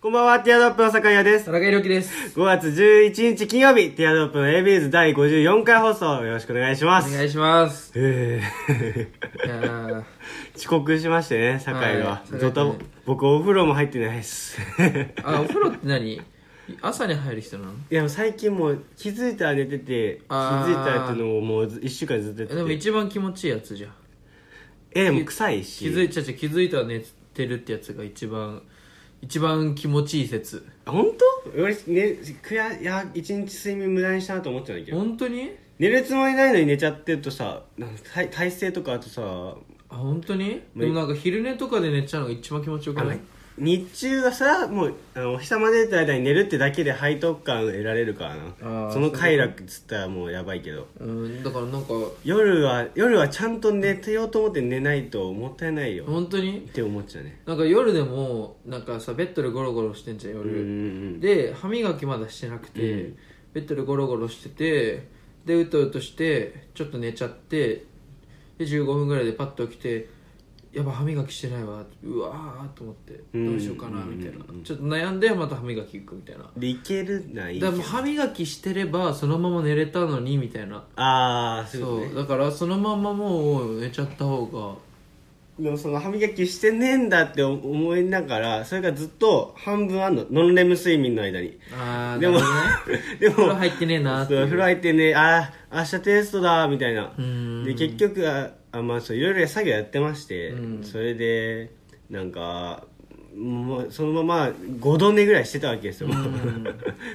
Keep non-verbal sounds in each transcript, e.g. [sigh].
こんばんは、ティアドロップの酒屋です。田中裕樹です。 5月11日金曜日、ティアドロップの ABS 第54回放送、よろしくお願いしまおす。願いします。えいやーー [laughs] 遅刻しましてね、酒井はは。いずっと酒井君、僕お風呂も入ってないです。あ、お風呂って何朝に入る人なの [laughs] いや、最近もう気づいたら寝てて、気あーづいたらっていうのをもう1週間ずっとやでっもてて。一番気持ちいいやつじゃん。え、でも臭いし。気づいちゃちゃ気づいたら寝てるってやつが一番、一番気持ちいい説。あ本当俺、ね、くや、いや、一日睡眠無駄にしたなと思っちゃうんだけど。本当に寝るつもりないのに寝ちゃってるとさ、なんか体体勢とかあとさ、あ、本当にいでもなんか昼寝とかで寝ちゃうのが一番気持ちよくない日中はさもうあのお日様出てる間に寝るってだけで背徳感得られるからなーその快楽っつったらもうやばいけどうん、だからなんか、夜は夜はちゃんと寝てようと思って寝ないともったいないよ本当にって思っちゃうねなんか夜でも、なんかさ、ベッドでゴロゴロしてんじゃん、うんう夜。んで歯磨きまだしてなくて、うんベッドでゴロゴロしててでうとうとしてちょっと寝ちゃってで15分ぐらいでパッと起きてやば歯磨きしてないわうわーっと思ってうんどうしようかなみたいなうんちょっと悩んでまた歯磨き行くみたいなだかでいけるないいけらどもう歯磨きしてればそのまま寝れたのにみたいなああそういうこそとねうだからそのままもう寝ちゃった方がでもその歯磨きしてねえんだって思いながらそれがずっと半分あんのノンレム睡眠の間にああでもね [laughs] で風も呂入ってねえなーっそてういう風呂入ってねあー明日テストだみたいなうんで結局ああまあそういろいろ作業やってまして、うんそれでなんかもうそのまま5度寝ぐらいしてたわけですよ、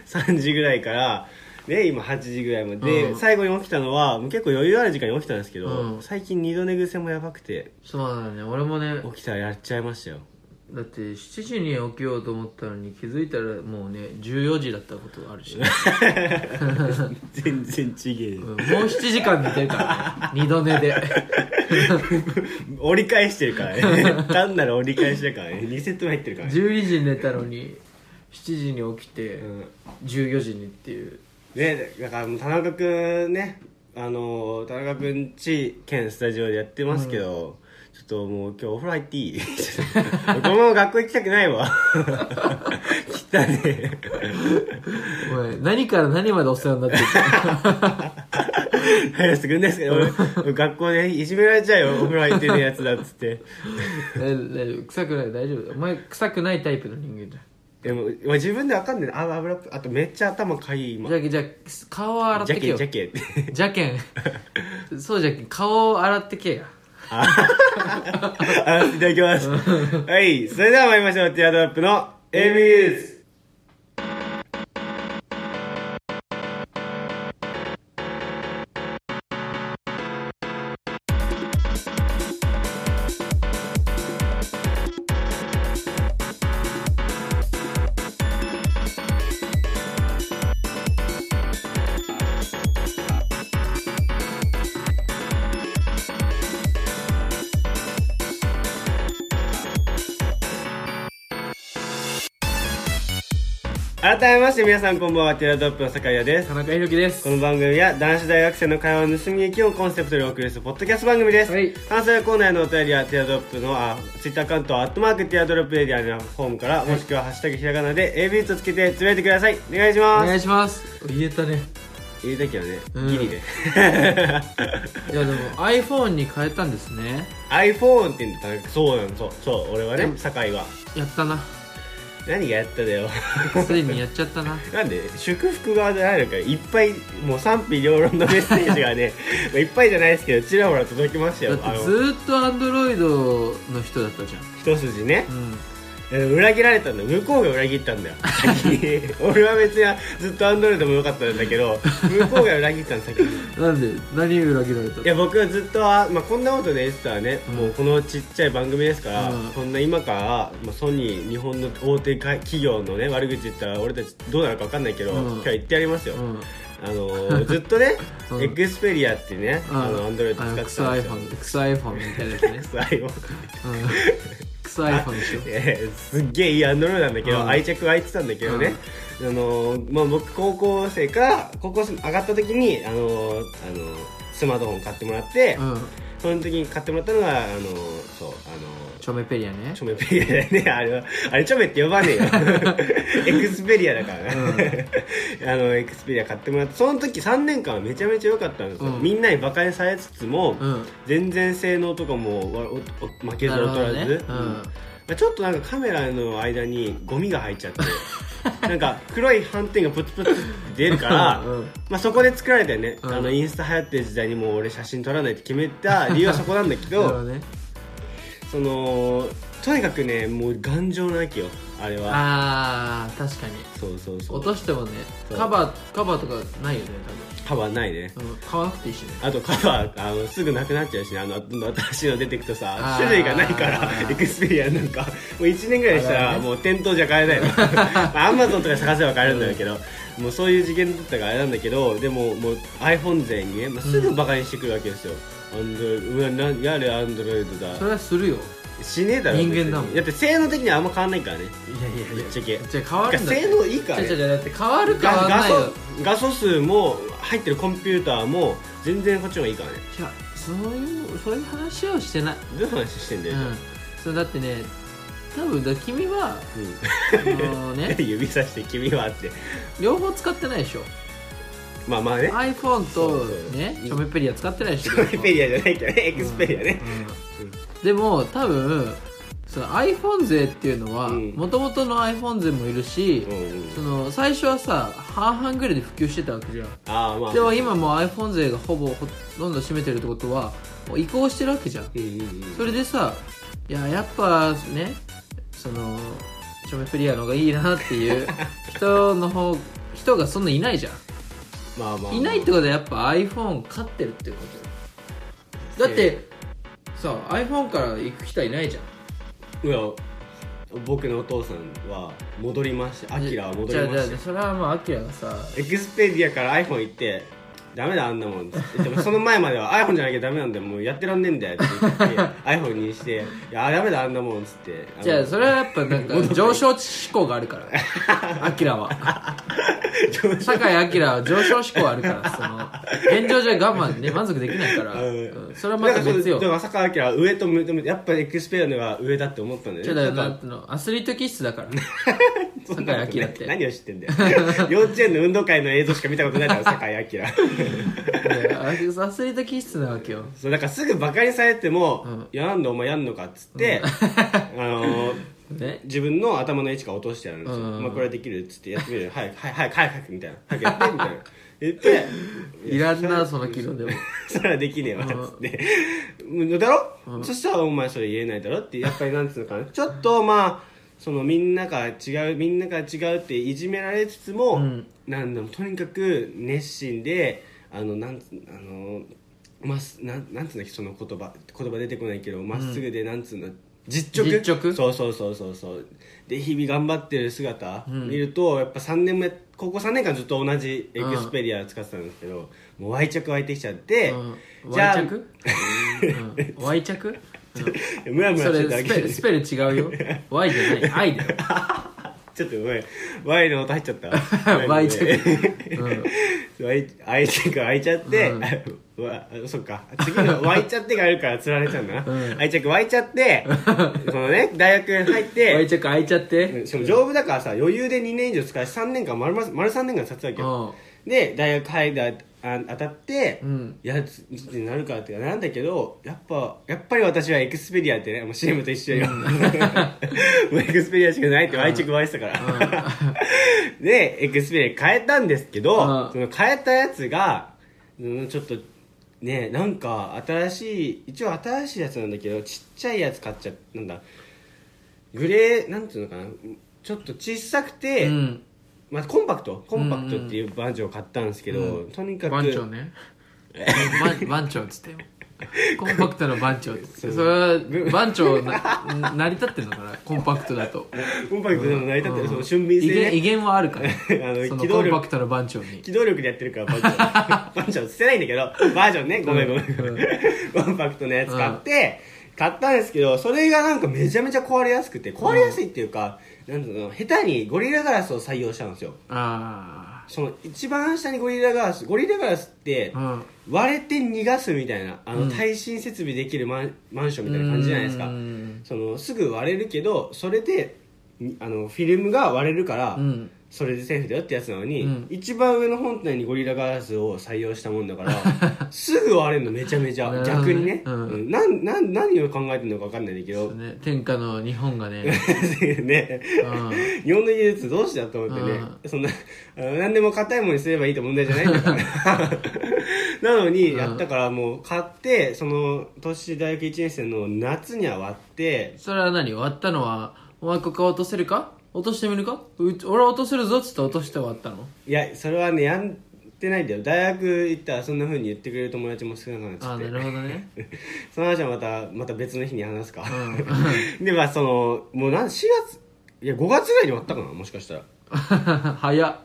3時ぐ [laughs] らいから、ね、今8時ぐらいまでで、うん最後に起きたのはもう結構余裕ある時間に起きたんですけど、うん最近2度寝癖もやばくてそうなんだね俺もね起きたらやっちゃいました [laughs] よだって7時に起きようと思ったのに気づいたらもうね14時だったことがある [laughs] し、全然ちげえうんもう7時間寝てるからね二度寝で [laughs] 折り返してるからね単なる折り返しだからね2セット目入ってるからね、 12時に寝たのに7時に起きてうん14時にっていうねだからもう田中君ねあの田中君ち兼スタジオでやってますけど、ちょっともう今日お風呂入っていい [laughs] このまま学校行きたくないわ [laughs] 来たねおい何から何までお世話にな [laughs] ってる早すぐんですけど俺俺学校でいじめられちゃうよお風呂入ってるやつだっつって大丈夫臭くない大丈夫お前臭くないタイプの人間じゃでもまあ自分でわかんないあ油っぽいあとめっちゃ頭かゆい今んじゃあじゃあ顔を洗っジてャけケよジャケってじゃけん [laughs] そうじゃけん顔を洗ってけやあいただきます。はい、それでは参りましょう。ティアドロップの ABS。改めまして皆さんこんばんは。ティアドロップの酒屋です田。中裕樹ですこの番組は男子大学生の会話を盗み聞きをコンセプトにお送りするポッドキャスト番組です。はい関西コーナーへのお便りはティアドロップのあツイッターアカウントアットマークティアドロップエリアのフォームから、もしくはハッシュタグひらがなで ABS とつけてつぶやいてください。お願いしおま願す。いします言えたね言いたけどね、うんギリで。いやでも iPhone に変えたんですね iPhone って言うんだったらそうなの、そう、そう、俺はでね、も酒井は。やったな何がやっただよ。 [laughs] ついにやっちゃったななんで祝福側じゃないのかいっぱいもう賛否両論のメッセージがね [laughs] まあいっぱいじゃないですけどちらほら届きましただよっあてずのーっとアンドロイドの人だったじゃ一筋ねんうんえー裏切られたんだ向こうが裏切ったんだよ先に [laughs] 俺は別にずっとアンドロイドも良かったんだけど向こうが裏切ったの先になんで何裏切られたいや僕はずっとあ、まあ、こんなことで言ってたらね、もうこのちっちゃい番組ですから、うんそんな今から、まあ、ソニー日本の大手か企業のね悪口言ったら俺たちどうなるか分かんないけど、うん今日は言ってやりますよ、うんあのーずっとね、うんエクスペリアっていうね、あのアンドロイド使ってたんですよ。あのクソ iPhone クソ iPhone みたいなやつね臭いもんうんクソ iPhone [laughs] でしょえーすっげえいいアンドロイドなんだけど、うん愛着湧いてたんだけどね、あのーまあ、僕高校生から高校生上がった時に、あのーあのースマートフォン買ってもらって、うんその時に買ってもらったのが、あのーそうあのーチョメペリアねチョメペリアだよねあれはあれチョメって呼ば [laughs] ねえよエクスペリアだからね、あのエクスペリア買ってもらってその時3年間はめちゃめちゃ良かったんですよ、うんみんなにバカにされつつも、うん全然性能とかもわおお負けずなる劣ほどらず、ねううんんまあちょっとなんかカメラの間にゴミが入っ [laughs] ちゃってなんか黒い斑点がプツプツって出るから、 [laughs] うんうんまあ、そこで作られたよね、うんあのインスタ流行ってる時代にもう俺写真撮らないって決めた理由はそこなんだけなるほどどねそのとにかくねもう頑丈な秋よあれはあー確かにそうそうそ落うとしてもねそうカバーカバーとかないよねカバーないね多分、うん、買わなくていいしねあとカバーあのすぐなくなっちゃうしねあのどんどん新しいの出てくとさあー種類がない [laughs] からエクスペリアなんかもう1年ぐらいしたあららねもう店頭じゃ買え [laughs] ないのアマゾンとか探せば買えるんだけど、もうそういう次元だったからあれなんだけどでももう iPhone 勢にね、まあ、すぐバカにしてくるわけですよ、アンドロイドうわなやれアンドロイドだそれはするよしねえだろ別に人間だもんだって性能的にはあんま変わんないからねいやいやいやぶっちゃけじゃあ変わるんだって性能いいからねじゃじゃだって変わる変わ画らないよ素画素数も入ってるコンピューターも全然こっちの方がいいからねいやそういうそういう話をしてないどういう話してんだうよ、んそうだってね多分だ君はうんあ [laughs] のね指さして「君は」って両方使ってないでしょまあまあね iPhone そとうそうねうんチョメペリア使ってないでしょエクスペリアじゃないけどねエクスペリアね、うんでも多分その iPhone 勢っていうのはうんもともとの iPhone 勢もいるし、うんうんその最初はさ半々ぐらいで普及してたわけじゃんああまあでも今もう iPhone 勢がほぼほとんど占めてるってことはもう移行してるわけじゃんうんうんうんそれでさいややっぱねそのチョメプリアの方がいいなっていう [laughs] 人の方人がそんないないじゃんまあまあいないってことはやっぱ iPhone 勝ってるってことよだって、さ iPhone から行く人はいないじゃいんや僕のお父さんは戻りましたアキラは戻じゃりあまじゃあしそれはもうアキラがさたエクスペリアから iPhone 行ってダメだあんなもんって言ってもその前までは [laughs] iPhone じゃなきゃダメなんだよもうやってらんねえんだよって言って iPhone にして「いやダメだあんなもん」っつってのじゃあそれはやっ [laughs] ぱなんか上昇志向があるからアキラは酒井アキラは上昇志向あるからその現状じゃ我慢ね満足できないから、うんうんそれはまた別よだから坂明は上と認めてやっぱりエクスペリアのが上だって思ったんだちよょねだだからかなんていうのアスリート気質だかららそんなこと酒井明なっいて何を知ってんだよ幼稚園の運動会の映像しか見たことないだろ坂井明いやアスリート気質なわけよそうだからすぐバカにされても「うんいやなんでお前やんのか」っつって、あのーね自分の頭の位置から落としてやるんですよ、うんまあ、これできるっつってやってみる早く早く早く早く早くみたいな早くやってみたいな言っていらんなその機能でも [laughs] それはできねえわっつってうんだろ、そしたらお前それ言えないだろってやっぱりなんつうのかなちょっとまあそのみんなが違うみんなが違うっていじめられつつも、うんなんだろうとにかく熱心であのなんつあのまっすなんなんつうんだっけその言葉言葉出てこないけどまっすぐでなんつうんだ実直実直そうそうそうそうそうで日々頑張ってる姿見ると、やっぱ3年目高校3年間ずっと同じエクスペリア使ってたんですけど、もう愛着湧いてきちゃって、うんじゃあわい着うんわい着 [laughs] ムラムそラしれてただスけペルでスペル違うよ Y じゃない I [laughs] だよちょっとごめんワイの音入っちゃった [laughs] わいワイ着うん愛着湧いちゃって、わそっか次 [laughs] の湧いちゃってがあるから釣られちゃうんだな、愛着湧いちゃって [laughs] そのね大学に入っわいて着開いちゃってうんしかも丈夫だからさ余裕で2年以上使うし3年間丸々丸3年間使ってたわけどで大学入るあ当たって、うんやつになるかってなんだけどやっぱやっぱり私はエクスペリアってねもう CM と一緒よ、 [laughs] もうエクスペリアしかないって愛着湧いてたから、 [laughs] でエクスペリア変えたんですけど、うんその変えたやつが、うん、ちょっとねなんか新しい一応新しいやつなんだけどちっちゃいやつ買っちゃなんだグレーなんていうのかなちょっと小さくて、うんまあ、コンパクトコンパクトっていうバージョンを買ったんですけど、とにかく番長 [laughs] ね番番長っつってよコンパクトの番長っつってそれは番長な成り立ってんのかなコンパクトだとコンパクトでも成り立ってる、うんその俊敏威性厳ね威厳はある [laughs] からのその機動コ力ンパクトの番長に機動力でやってるから [laughs] バージョンバージョン捨てないんだけどバージョンねごめんごめん、コンパクトのやつ買って、買ったんですけどそれがなんかめちゃめちゃ壊れやすくて壊れやすいっていうか、なんていうの下手にゴリラガラスを採用したんですよあその一番下にゴリラガラスゴリラガラスってうん割れて逃がすみたいなあうのん耐震設備できるマンマンションみたいな感じじゃないですかうんそのすぐ割れるけどそれでにあのフィルムが割れるから、うんそれでセーフだよってやつなのに、うん一番上の本体にゴリラガラスを採用したもんだから [laughs] すぐ割れるのめちゃめちゃなるほどね逆にね、うんうんなんなん何を考えてるのか分かんないんだけそどうね天下の日本がね [laughs] ねう日本の技術どうしてだと思ってね、そんなあの何でも硬いものにすればいいって問題じゃないんだから [laughs] なのにうんやったからもう買ってその年大学1年生の夏には割ってんそれは何割ったのはお前ここは落とせるか落としてみるかう俺は落とせるぞっつって落として割ったのいやそれはねやってないんだよ大学行ったらそんな風に言ってくれる友達も少なくなっちあゃあっなてるほど [laughs] ねその話はまたまた別の日に話すか、[laughs] うでまあそのもうなん4月いや5月ぐらいに割ったかなもしかしたら早っ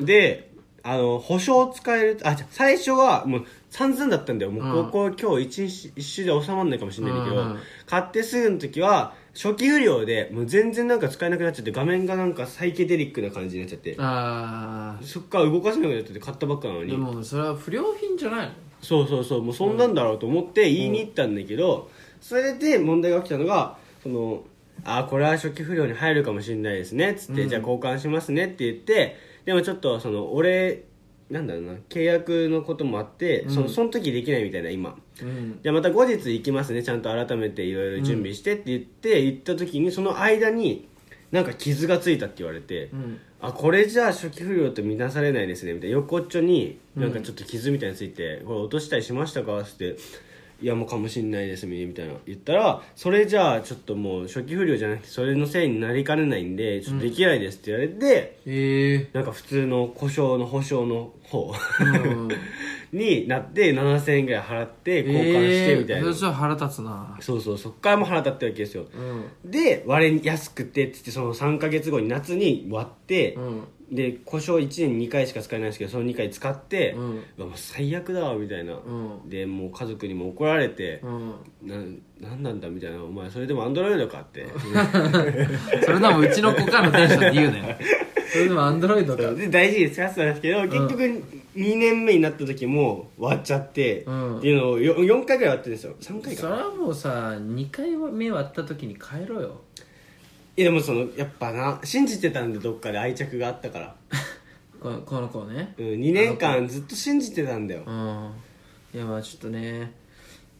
うん、であの保証使えるあじゃあ最初はもう散々だったんだよもううんここ今日一日一周で収まらないかもしれないけど、うんうん買ってすぐの時は初期不良でもう全然なんか使えなくなっちゃって画面がなんかサイケデリックな感じになっちゃってあそっから動かせなくなっちゃって買ったばっかなのあにでもそれは不良品じゃないのそうそうそうもうそんなんだろうと思って言いに行ったんだけど、それで問題が起きたのがそのあーこれは初期不良に入るかもしれないですねっつって、じゃあ交換しますねって言ってでもちょっとその俺なんだろうな契約のこともあって、そのその時できないみたいな今うんじゃあまた後日行きますねちゃんと改めていろいろ準備してって言って、行った時にその間になんか傷がついたって言われて、うんあこれじゃあ初期不良と見なされないですねみたいな横っちょになんかちょっと傷みたいについて、これ落としたりしましたかっていやもうかもしんないですみたいな言ったらそれじゃあちょっともう初期不良じゃなくてそれのせいになりかねないんでちょっとできないですって言われて、ええなんか普通の故障の保証の方うん [laughs] になって7000円ぐらい払って交換してみたいな、えーそれは腹立つなそうそうそっからもう払ったってわけですようんで割れ安くてっつってその3ヶ月後に夏に割って、うんで故障1年2回しか使えないんですけどその2回使って、ううんわもう最悪だわみたいな、うんでもう家族にも怒られてう、んなん、なんなんだみたいなお前それでもアンドロイドかってそれでもうちの子からのテンションで言うなよそれでもアンドロイド [laughs] かで大事に使ってたんですけど、結局2年目になった時も割っちゃって、うんっていうのを 4, 4回ぐらい割ってるんですよ3回そかれはもうさ2回目割った時に帰ろうよいやでもそのやっぱな信じてたんでどっかで愛着があったから、このこの子をねうん、2年間ずっと信じてたんだようんいやまあちょっとね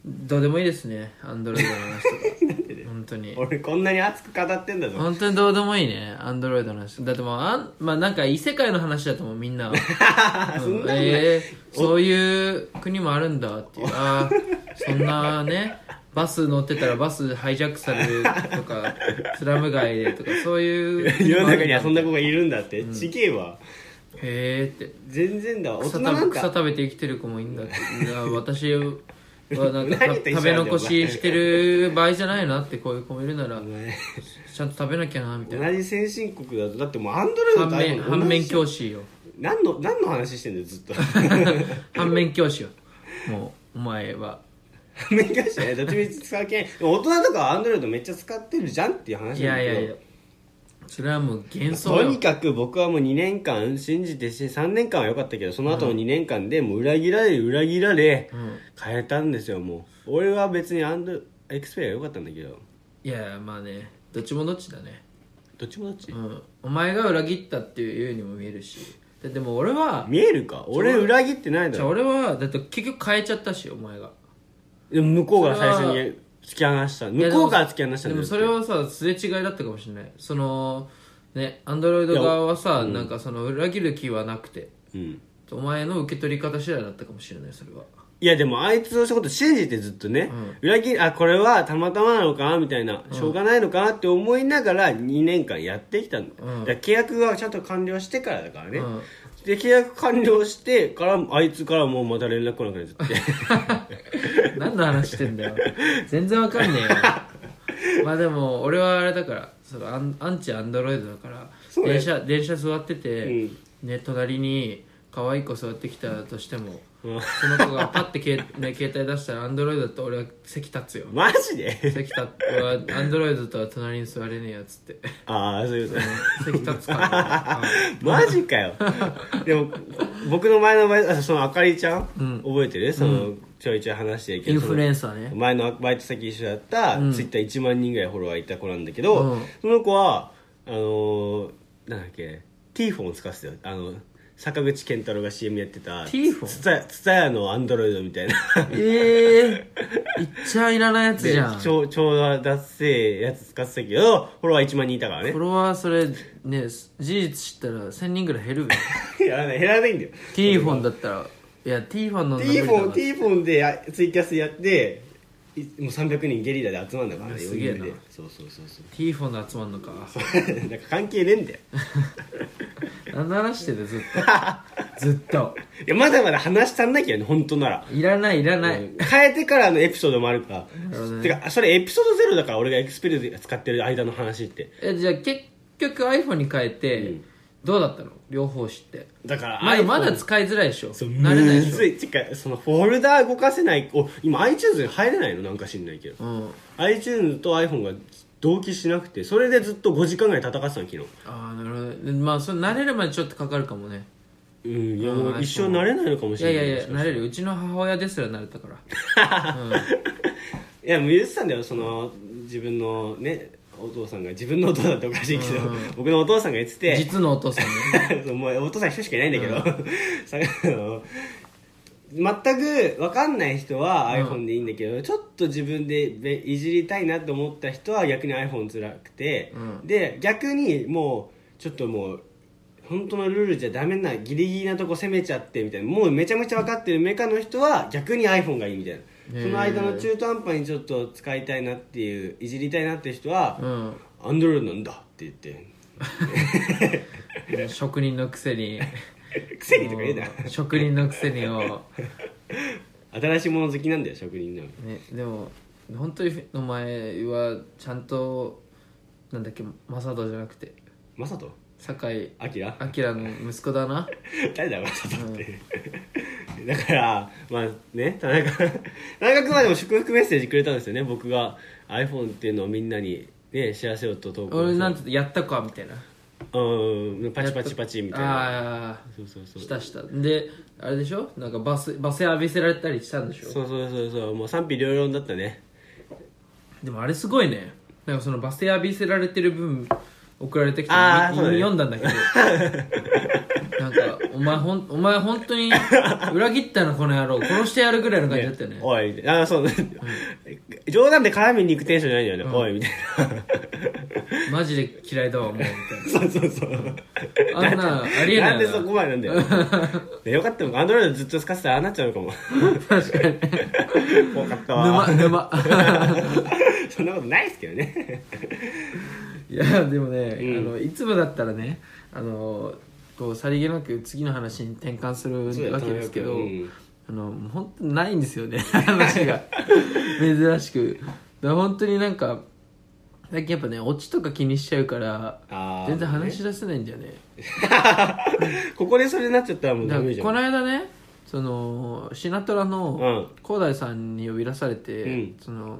どうでもいいですねアンドロイドの話とか本当に俺こんなに熱く語ってんだぞ本当にどうでもいいねアンドロイドの話だってもうあんまあなんか異世界の話だと思うみんなは、うんえーそういう国もあるんだっていうあーそんなねバス乗ってたらバスハイジャックされるとかスラム街でとかそういう [laughs] 国世ものある中にはそんな子がいるんだって、ちげえわへえって全然だわ大草人食なべん草か食べて生きてる子もいいんだって [laughs] いや私はなん何と一か緒なんだよ食べ残ししてる場合じゃないなってこういう子もいるならお前ちゃんと食べなきゃなみたいな同じ先進国だとだってもうアンドロイ [laughs] ド反と面 iPhone 反面同教師よじ何の何の話してんだよずっと [laughs] 反面教師よもうお前は反面教師だねどっちみち使うけんでも大人とかはアンドロイドめっちゃ使ってるじゃんっていう話なんだいけどやいやいやそれはもう幻想とよにかく僕はもう2年間信じてし3年間は良かったけどその後の2年間でもう裏切られ裏切られ、うん変えたんですよもう俺は別にアンドエクスペリア良かったんだけどいやまあねどっちもどっちだねどっちもどっち、うんお前が裏切ったっていうようにも見えるしででも俺は見えるか俺裏切ってないだじろゃあ俺はだって結局変えちゃったしお前がでも向こうがそ最れは初に突き放したいや向こうから突き放したんだでよもそれはさすれ違いだったかもしれないそのねアンドロイド側はさ、なんかその裏切る気はなくてうんお前の受け取り方次第だったかもしれないそ [laughs] れはいやでもあいつの仕事信じてずっとね、うん裏切りあこれはたまたまなのかなみたいな、しょうがないのかなって思いながら2年間やってきたんだ,、うんから契約がちゃんと完了してからだからね、うんで契約完了してからあいつからもうまた連絡来なくなっちゃ [laughs] って何の話してんだよ全然わかんね [laughs] えよまあでも俺はあれだからそのアンアンチアンドロイドだからそうね電車電車座ってて、うんね隣に可愛い子育ってきたとしても、うんその子がパッてけ、ね、携帯出したらアンドロイドだと俺は席立つよマジで [laughs] 席立俺はアンドロイドとは隣に座れねえやつってああそういうこと席立つから、 [laughs] [laughs] マジかよでも僕の前の前あそのあかりちゃん、うん覚えてるその、ちょいちょい話してるイけンどフルエンサーね前のバイト先一緒だった、うんツイッター1万人ぐらいフォロワーいた子なんだけど、うんその子はあのーなんだっけ T フォン使ってたよあの坂口健太郎が CM やってた T フォンツタツタヤのアンドロイドみたいなええー、いっちゃいらないやつで [laughs] じゃんフ超超ダッセーやつ使ってたけどフォロワー1万人いたからねォロワーそれね事実知ったら1000人ぐらい減るべい [laughs] や減らないんだ [laughs] よ T フォンだったらいや T フォンの T フォンン T フォンでやツイキャスやっていもう300人ゲリラで集まるんだからねすげえな余裕でそうそうそうそう T フォンで集まんの [laughs] かなんか関係ねえんだよ何の話してたずっ [laughs] とずっといやまだまだ話足んなきゃね本当ならいらないいらない、変えてからのエピソードもあるからるほどねてかそれエピソードゼロだから俺がエクスペリで使ってる間の話ってえじゃあ結局 iPhone に変えて、どうだったの両方知ってだからまだ iPhone まだ使いづらいでしょそう慣れないでむしずょいてかそのフォルダ動かせないお今 iTunes に入れないのなんか知んないけどうん iTunes と iPhone が同期しなくてそれでずっと5時間ぐらい戦ってたの昨日ああなるほどでまあそれ慣れるまでちょっとかかるかもねうんいやもうあー一生慣れないのかもいしやれいなやいいや慣れるうちの母親ですら慣れたからいやもう言ってたんだよその自分のねお父さんが自分のお父さんっておかしいけど僕のお父さんが言ってて実のお父さんね [laughs] もうお父さん一人しかいないんだけど、 [laughs] さあの全く分かんない人は iPhone でいいんだけど、ちょっと自分でべいじりたいなと思った人は逆に iPhone 辛くて、うで逆にもうちょっともう本当のルールじゃダメなギリギリなとこ攻めちゃってみたいなもうめちゃめちゃ分かってるメカの人は逆に iPhone がいいみたいな。へーその間の中途半端にちょっと使いたいなっていういじりたいなっていう人はうん「アンドロイドなんだ」って言って職人のくせに「くせに」とか言うなうん職人のくせにを、新しいもの好きなんだよ職人なのね、でも本当にお前はちゃんとなんだっけマサトじゃなくてマサト酒井アキラ明の息子だな誰だマサトって、 [laughs] だからまあね田中田中君はでも祝福メッセージくれたんですよね僕が iPhone っていうのをみんなにね知らせようと投稿俺なんてやったかみたいなうんパチパチパチみたいなああそうそうそうしたしたであれでしょなんかバスバス浴びせられたりしたんでしょそうそうそうそうもう賛否両論だったねでもあれすごいねなんかそのバス浴びせられてる分送られてきあーたのそうだね読んだんだけ [laughs] どなんかお前ほんお前本当に裏切ったなこの野郎殺してやるぐらいの感じだったよねおいみたいなあそう、 [laughs] 冗談で絡みに行くテンションじゃないんだよね、おいみたいマジで嫌いだわもう [laughs] みたなそうそうそういなあんなありえななんいでそこまでなん [laughs] だよねよかったもアンドロイドずっと使ってたらああなっちゃうのかも確かに怖かったわ [laughs] 沼沼 [laughs] そんなことないですけどねいやでもね、あのいつもだったらねあのこうさりげなく次の話に転換するわけですけど、うんあの本当にないんですよね [laughs] 話が珍しくだから本当になんか最近やっぱねオチとか気にしちゃうからあー全然話し出せないんだよねここでそれになっちゃったらもうだダかメじらゃんこの間ねそのシナトラのう広大さんに呼び出されて、うんその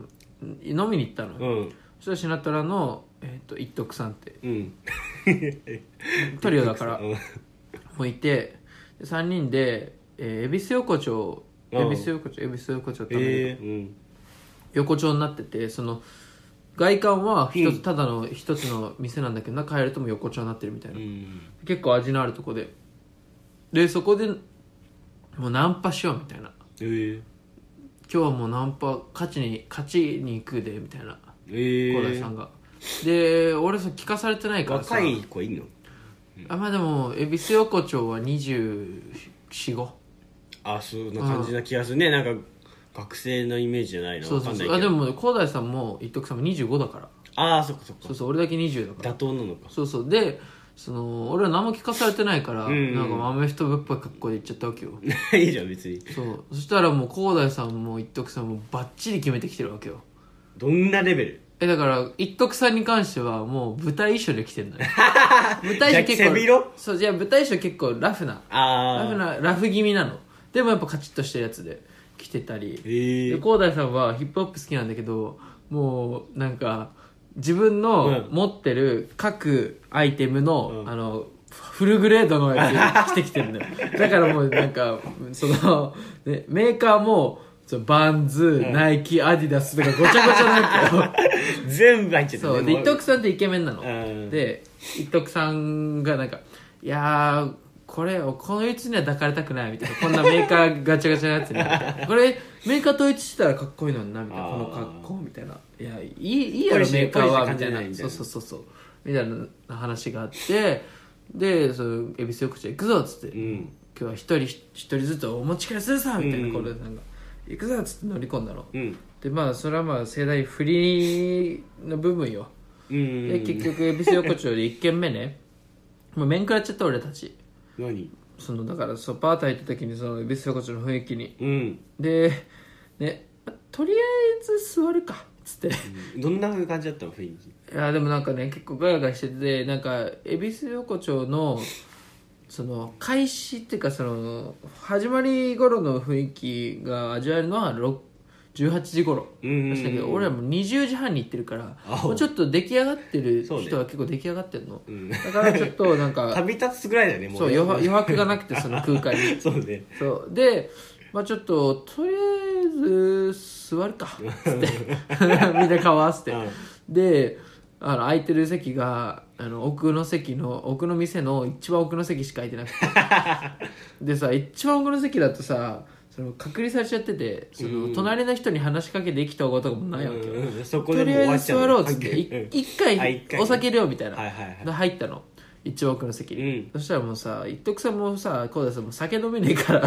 飲みに行ったの、うんそしたらシナトラの、えー、と一徳さんってうんトリオだからうんもいてで3人で、えー、恵比寿横丁うん恵比寿横丁恵比寿横丁ってええうん横丁になっててその外観は一つ、ただの一つの店なんだけど中入るともう横丁になってるみたいな、うん結構味のあるとこででそこでもうナンパしようみたいなええ今日はもうナンパ勝ちに勝ちに行くでみたいなえ高大えさんが、で俺さ聞かされてないからさ若い子いんのあまあでも恵比寿横丁は245あそんな感じな気がするねなんか学生のイメージじゃないなそわうそかうんなそいうあけでども広大さんも一徳さんも25だからああそっかそっそかうそう俺だけ20だから妥当なのか [laughs] そうそうでその俺は何も聞かされてないから、うんうんなんかアメフト部っぽい格好で行っちゃったわけよいいじゃん別にそうそしたらもう広大さんも一徳さんもバッチリ決めてきてるわけよどんなレベルえだから一徳さんに関してはもう舞台衣装で来て [laughs] んだね舞台衣装結じゃあ背広構そうじゃあ舞台衣装結構ラフなラフああなラフ気味なのでもやっぱカチッとしたやつで着てたりええで広大さんはヒップホップ好きなんだけどもうなんか自分のうん持ってる各アイテムの、うんあのフルグレードのやつ着てきて [laughs] るのよだからもうなんかその、ね、メーカーもそのバンズ、ナイキアディダスとかごちゃごちゃなんだけど全部入っちゃったそうで一徳さんってイケメンなの、うんで一徳さんがなんか「いやーこれこいつには抱かれたくない」みたいなこんなメーカーガチャガチャのやつにみた [laughs] いなこれメーカー統一してたらかっこいいのになみたいなあこーの格好みたいないやいいいいやろポリシメーーカーはポみリシー感たいじなないみたいそうなそうそうそうみたいな話があってでその恵比寿横丁行くぞっつって、う今ん日は一人一人ずつお持ち帰りするさみたいなうんこれなんか行くぞっつって乗り込んだのうんでまあそれはまあ盛大不利の部分ようんで結局恵比寿横丁で1軒目ねもう面食らっちゃった俺たち何そのだからそうパーター行った時にその恵比寿横丁の雰囲気にうんでねとりあえず座るかっつってどんな感じだったの雰囲気いやでもなんかね結構ガヤガヤしててなんか恵比寿横丁のその開始っていうかその始まり頃の雰囲気が味わえるのは6 18時頃うんうんうんでしたけど俺らもう20時半に行ってるからあもうちょっと出来上がってるそうね人は結構出来上がってるの、んだからちょっとな [laughs] んか旅立つぐらいだよねもうそうね余白余白がなくてその空間 [laughs] にそうねそうで、まあ、ちょっととりあえず座るかつって [laughs] みんな顔合わせて、うんであの空いてる席があの奥の席の奥の店の一番奥の席しか空い [laughs] てなくてでさ一番奥の席だとさその隔離されちゃっててその隣の人に話しかけてきたこともないわけよ、うんそこでともう終わっりあえずちゃう座ろうっつってうんい一あ回一回お酒量みたいな、はいはいはいで入ったの一応奥の席に、うんそしたらもうさ一徳さんもさこうださんも酒飲めねえから [laughs]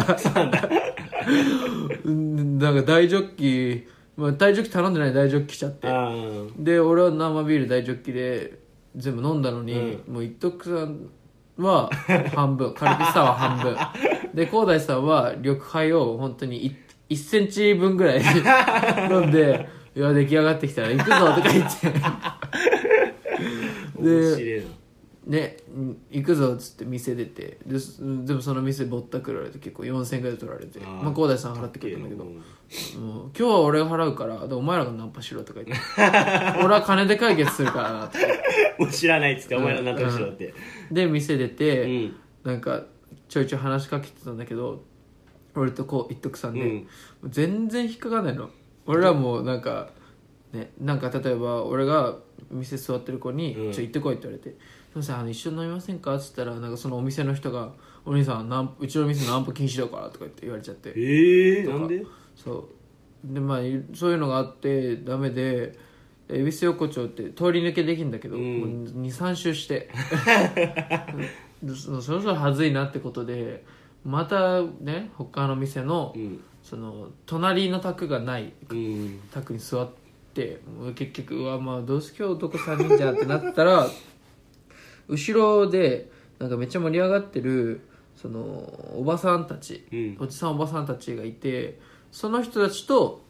うんなんか大ジョッキ、まあ、大ジョッキ頼んでない大ジョッキ来ちゃってあーで俺は生ビール大ジョッキで全部飲んだのに、もう一徳さんは半分カルピスサワー [laughs] 半分で広大さんは緑杯を本当にい1センチ分ぐらい [laughs] 飲んで「いや出来上がってきたら行くぞ」とか言って面白いな「ねうん行くぞ」っつって店出てですでもその店ぼったくられて結構4000円ぐらい取られてあーまあ、広大さん払ってくれたんだけどもう今日は俺が払うからでお前らがナンパしろとか言って俺は金で解決するからなとか言ってもう知らないっつってお前らなんかしろってで店出て、うんなんかちょいちょい話しかけてたんだけど俺とこう一徳さんで、うん全然引っかかんないの俺らもうなんかねなんか例えば俺が店座ってる子に「うんちょ行ってこい」って言われて「すいませんあの一緒に飲みませんか?」っつったらなんかそのお店の人が「お兄さんナンうちの店ナンパ禁止だから」とか言って言われちゃってええとかなんでそうでまあいそういうのがあってダメでで恵比寿横丁って通り抜けできんだけど、うん23周して [laughs] でそそろそろはずいなってことでまたね他の店の,、うんその隣の卓がないうん卓に座ってもう結局はまあどうせ今日男3人じゃんってなったら後ろでなんかめっちゃ盛り上がってるそのおばさんたち、うんおじさんおばさんたちがいてその人たちと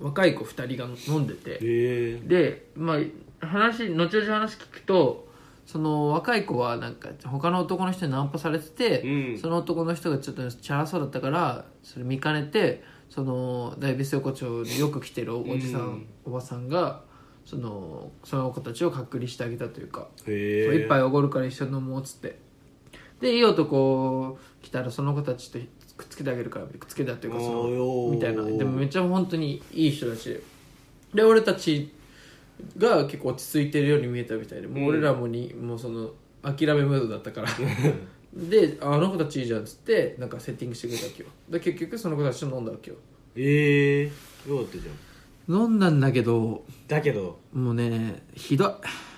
若い子2人が飲んでてええでまあ話後々話聞くとその若い子はなんか他の男の人にナンパされてて、うんその男の人がちょっとチャラそうだったからそれ見かねてその大ビス横丁によく来てるおおじさん、おばさんがそのその子たちを隔離してあげたというか、えそうえ一杯おごるから一緒に飲もうっつってでいい男来たらその子たちとくっつけてあげるからくっつけたというかそおーのよーみたいなでもめっちゃ本当にいい人たちでで俺たちが結構落ち着いてるように見えたみたいでもう俺らもに、もうその諦めムードだったから [laughs] でああの子たちいいじゃんっつってなんかセッティングしてくれたわけよで結局その子たちと飲んだわけよええよかったじゃん飲んだんだけどだけどもうねひどい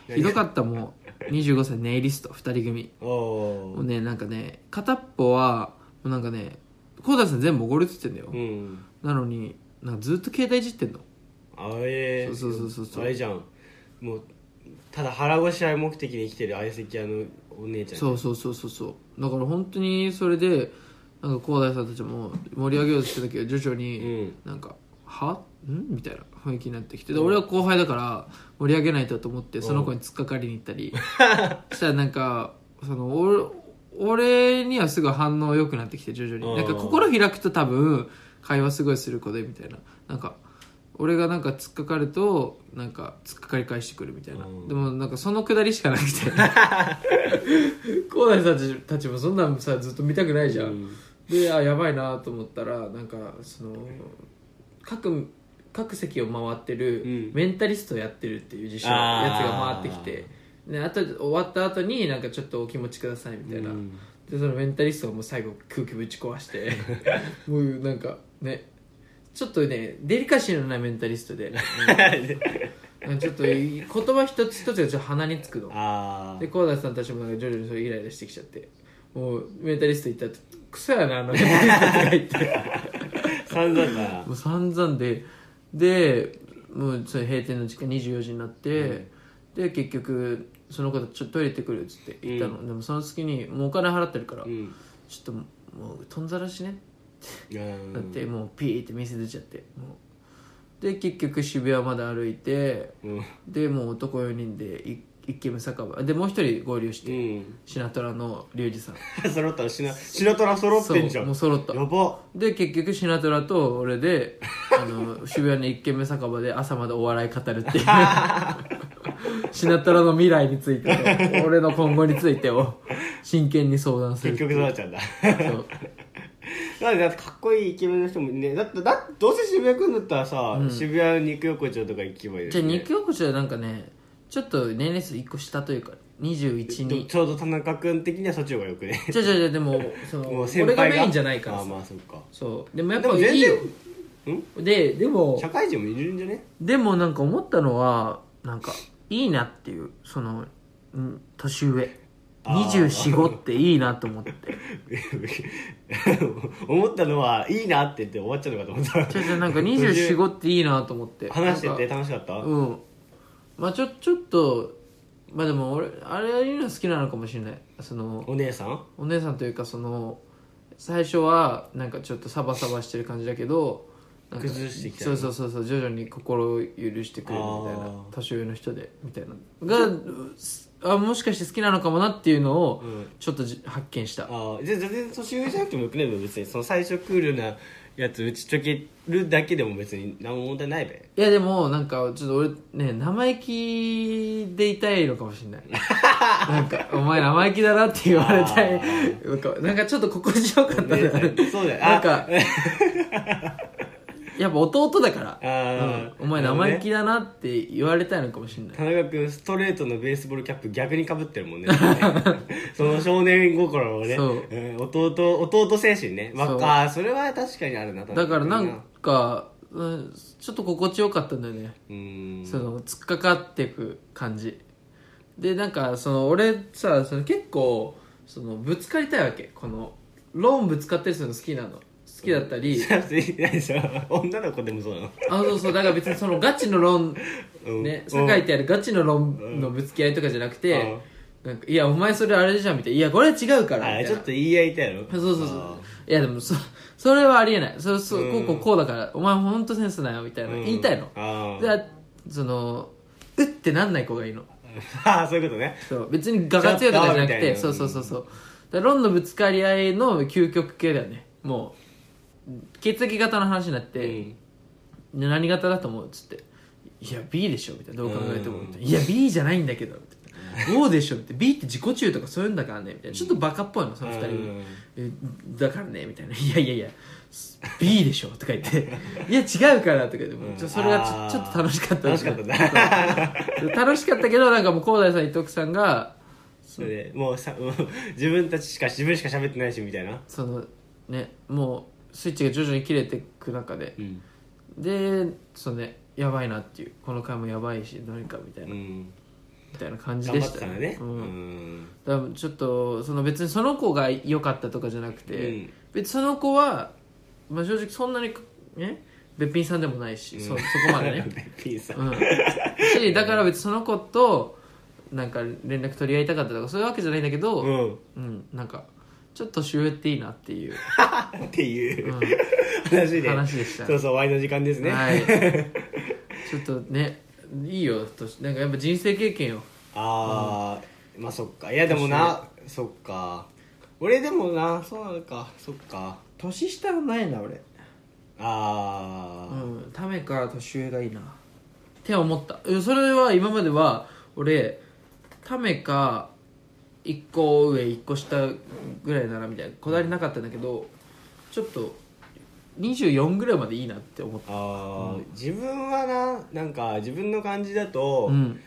何ひどかったもう25歳ネイリスト2人組ああもうねなんかね片っぽはもうなんかね浩大さん全部おごるって言ってんだよ、うんなのになんかずっと携帯いじってんのあれそうそうそうそうあれじゃんもうただ腹ごしらえ目的に生きてる相席屋のお姉ちゃんそうそうそうそうそうだから本当にそれでなんか浩大さんたちも盛り上げようとしてたけど徐々うにんなんか「は?」んみたいな雰囲気になってきてで俺は後輩だから盛り上げないとと思ってその子に突っかかりに行っ [laughs] たりそしたらなんかその俺俺にはすぐ反応良くなってきて徐々うにんなんか心開くと多分会話すごいする子でみたいななんか俺がなんか突っかかるとなんか突っかかり返してくるみたいな、うんでもなんかそのくだりしかなく [laughs] て高大さんたちたちもそんなんさずっと見たくないじゃん、であやばいなと思ったらなんかその各各席を回ってるうんメンタリストをやってるっていう自称のあーやつが回ってきてであと終わった後になんかちょっとお気持ちくださいみたいな、うんでそのメンタリストがもう最後空気ぶち壊して [laughs] もうなんかねちょっとねデリカシーのないメンタリストでうんちょっと言葉一つ一つがちょっと鼻につくのあで高田さんたちもなんか徐々にそうイライラしてきちゃってもうメンタリスト行った後クソやなあのメンタリストとか言ってあ散々だなもう散々ででもうそれ閉店の時間24時になって、で結局その方ちょっとトイレ行ってくるっつって行ったの、でもその隙にもうお金払ってるから、うんちょっともうとんざらしねうんだってもうピーって店出ちゃってもうで結局渋谷まで歩いてうんでもう男4人でい一軒目酒場でもう一人合流してう、んシナトラのリュウジさん [laughs] 揃ったらシナシナトラ揃ってんじゃそうんもう揃ったやばで結局シナトラと俺であ [laughs] の渋谷の一軒目酒場で朝までお笑い語るっていう [laughs] シナトラの未来についてと俺の今後についてを真剣に相談する結局そうなっちゃうんだそ [laughs] うなんでだってかっこいいイケメンの人もねだってだってどうせ渋谷くんだったらさ、渋谷肉横丁とか行けばいいよじゃあね肉横丁はなんかねちょっと年齢数1個下というか21にちょうど田中君的にはそっちの方がよくねじゃあじゃあじゃあでもそのもう俺がメインじゃないからあさーまあそっかそうでもやっでぱもい全いよ然ででも社会人もいるんじゃね [laughs] でもなんか思ったのはなんかいいなっていうそのん年上あー245っていいな [laughs] と思って思ったのはいいなって言って終わっちゃうのかと思ったじゃじゃなんか245っていいなと思って話しててなんか楽しかった、うんまあちょちょっとまあでも俺あれいうの好きなのかもしれないそのお姉さんお姉さんというかその最初はなんかちょっとサバサバしてる感じだけどなんか崩してきたそうそうそうそう徐々に心を許してくれるみたいあなー年上の人でみたいながうすあもしかして好きなのかもなっていうのをうんちょっとじ発見した、ああじゃあ全然年上じゃなくてもよくね別にその最初クールなやつ打ち解けるだけでも別に何も問題ないべいやでもなんかちょっと俺ね生意気でいたいのかもしれないなんかお前生意気だなって言われたいあーなんかなんかちょっと心地よかったねそうだよなんかやっぱ弟だからあーうんお前生意気だなって言われたいのかもしれない田中君ストレートのベースボールキャップ逆にかぶってるもんね [laughs] その少年心をねそううん弟弟精神ねわそうあーそれは確かにあるな田中君だからなんか、うん、ちょっと心地よかったんだよね、うーんその突っかかってく感じでなんかその俺さその結構そのぶつかりたいわけこのローンぶつかってるの好きなの好きだったり、じゃあ普通に何でしょ [laughs] 女の子でもそうなのあそうそうだから別にそのガチのローうんンね酒井ってやるガチのローンのぶつけ合いとかじゃなくて、なんかいやお前それあれじゃんみたいないやこれは違うからみたあーいなちょっと言い合いたいのそうそうそうあいやでもそそれはありえないそそこううんこうこうだから、お前ほんとセンスないよみたいな、うん言いたいのあじゃあそのうってなんない子がいいのー [laughs] あーそういうことねそう別に我が強いとかじゃなくてちそょうっとみたいなそうそうそうだから論のぶつかり合いの究極系だよねもう血液型の話になって、うんで何型だと思うっつって「いや B でしょ」みたいなどう考えてもうん「いや B じゃないんだけど」みたいな「O でしょ」みたいな「B って自己中とかそういうんだからね」みたいなちょっとバカっぽいのその二人組えだからねみたいな「いやいやいや B でしょ」とか言って「いや違うから」とか言ってもうちょそれがあーちょちょっと楽しかった楽しかったなそう楽しかったけどなんかもう広大さん伊藤さんが [laughs] それでもうさもう自分たちしか自分しか喋ってないしみたいなそのねもうスイッチが徐々に切れていく中でうんでそのねやばいなっていうこの回もやばいし何かみたいなうんみたいな感じ頑で張っしてたたよらねううんんだからちょっとその別にその子が良かったとかじゃなくて、うん別にその子は、まあ、正直そんなにねべっぴんさんでもないし、そそこまでね、 [laughs] ピンさうんん、しだから別にその子となんか連絡取り合いたかったとかそういうわけじゃないんだけど、うんうんなんかちちょっと週っていいなっていうっていう、うん話で話でしたそうそう終わりの時間ですね、 [laughs] はい、ちょっとねいいよ年なんかやっぱ人生経験をあー、まあそっかいやでもなそっか俺でもなそうなのかそっか年下はないな俺あうー、んためか年上がいいなって思ったうんそれは今までは俺ためか一個上一個下ぐらいならみたいなこだわりなかったんだけどちょっと24ぐらいまでいいなって思ったあー、自分はななんか自分の感じだと、うん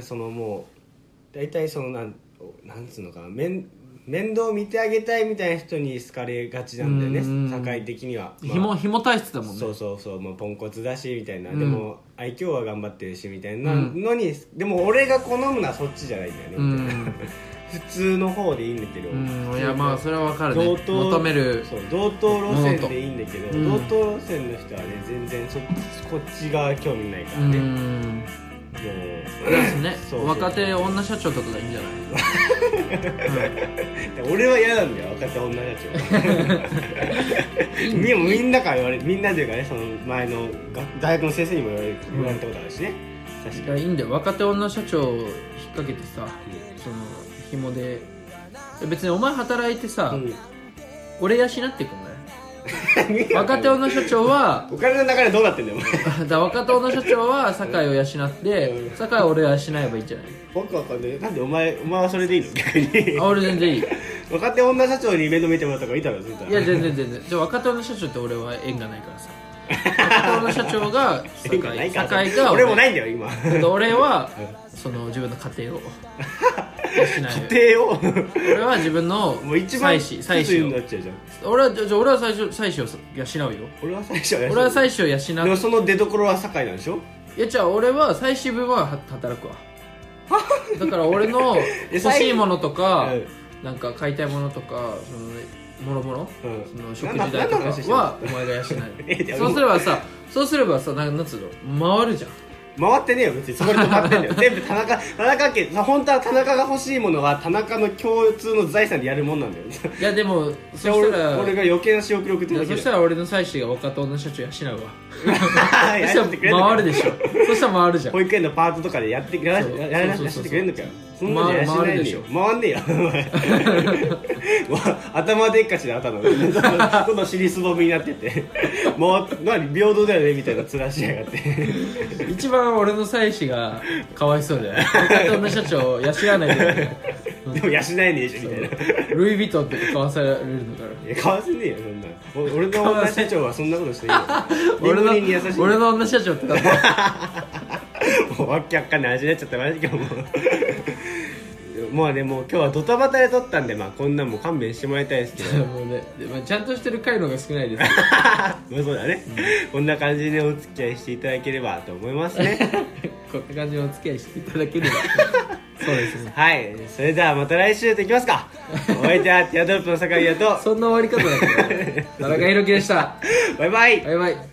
そのもう大体そのなんなんつうのかな面面倒見てあげたいみたいな人に好かれがちなんだようんね社会的には、まあひもひも体質だもんねそうそうそう、まあ、ポンコツだしみたいな、うんでも愛嬌は頑張ってるしみたいなうんのに、でも俺が好むのはそっちじゃないんだよね、う、みたいなん普通の方でいいんだけど、うん、いやまあそれはわかるね同等求めるそう同等路線でいいんだけど、ものと同等路線の人はね全然そこっちが興味ないかうらね、もうん [laughs] ですねそうそう若手女社長とかがいいんじゃない、俺は嫌なんだよ若手女た [laughs] ちをでもみんなから言われみんなというかねその前の学大学の先生にも言われ言われたことあるしね、うん、確いかやにいいんだよ若手女社長を引っ掛けてさその紐で別にお前働いてさ、うん俺養っていくんだよ若手女社長は [laughs] お金の流れどうなってんだよお前だから若手女社長は酒井を養ってうん酒井は俺を養えばいいんじゃない僕はこれなんでお前お前はそれでいいの [laughs] 逆にあ俺全然いいい若手女社長に面倒見てもらった方がいいだろそしたら [laughs] や全然全然じゃあ若手女社長って俺は縁がないからさ若手女社長がい酒井いんじゃないか酒井が俺もないんだよ今あと俺はその自分の家庭を [laughs] 養え家庭を俺は自分のもう一番妻子妻子になをっちゃうじゃん俺はじゃあ俺は最初妻子を養うよ俺は最初は俺は最妻子を養でもうその出所は堺なんでしょいやじゃあ俺は妻子分は働くわだから俺 [laughs] のえ欲しいものとかうんなんか買いたいものとかそのもろもろうんその食事代とかなんだなんだはお前が養 [laughs] えでえもそうすればさそうすればさなんなんつうの回るじゃん回ってねえよ別にそこで止まってんだよ全部田中田中家さ本当は田中が欲しいものは田中の共通の財産でやるもんなんだよいやでもそしじゃあ俺たら俺が余計な仕送り送っているやだけそだしたら俺の妻子が若と女社長養 [laughs] うわらそしたら回るでしょそしたら回るじゃん [laughs] 保育園のパートとかでやってやらそうやらなそうやらせそうそうてくれんのかよそんなんじゃまやら回ないるんでだしょよ回んねえよお [laughs] 前頭でっかちで頭のどんどん尻すぼみになっててもう何平等だよねみたいな面しやがって一番俺の妻子がかわいそうだよ若と女社長養わないでねでも養えねえしみたいなルイ・ヴィトンとか買わされるのからいや買わせねえよそんなお俺の女社長はそんなことしていいよ [laughs] 俺のリンゴに優しい俺の女社長って買ってもうわけわかんない味になっちゃったマジか [laughs] もうもうねもう今日はドタバタで撮ったんでまあこんなんも勘弁してもらいたいですけどもうねでまあちゃんとしてる回の方が少ないですまあそうだね、こんな感じでお付き合いしていただければと思います [laughs] ねこんな感じのお付き合いしていただければそうですねはいそれではまた来週でいきますかお相手 [laughs] はティアドロップの酒井優とそんな終わり方だけど田中宏樹でしたバイバイバイバイ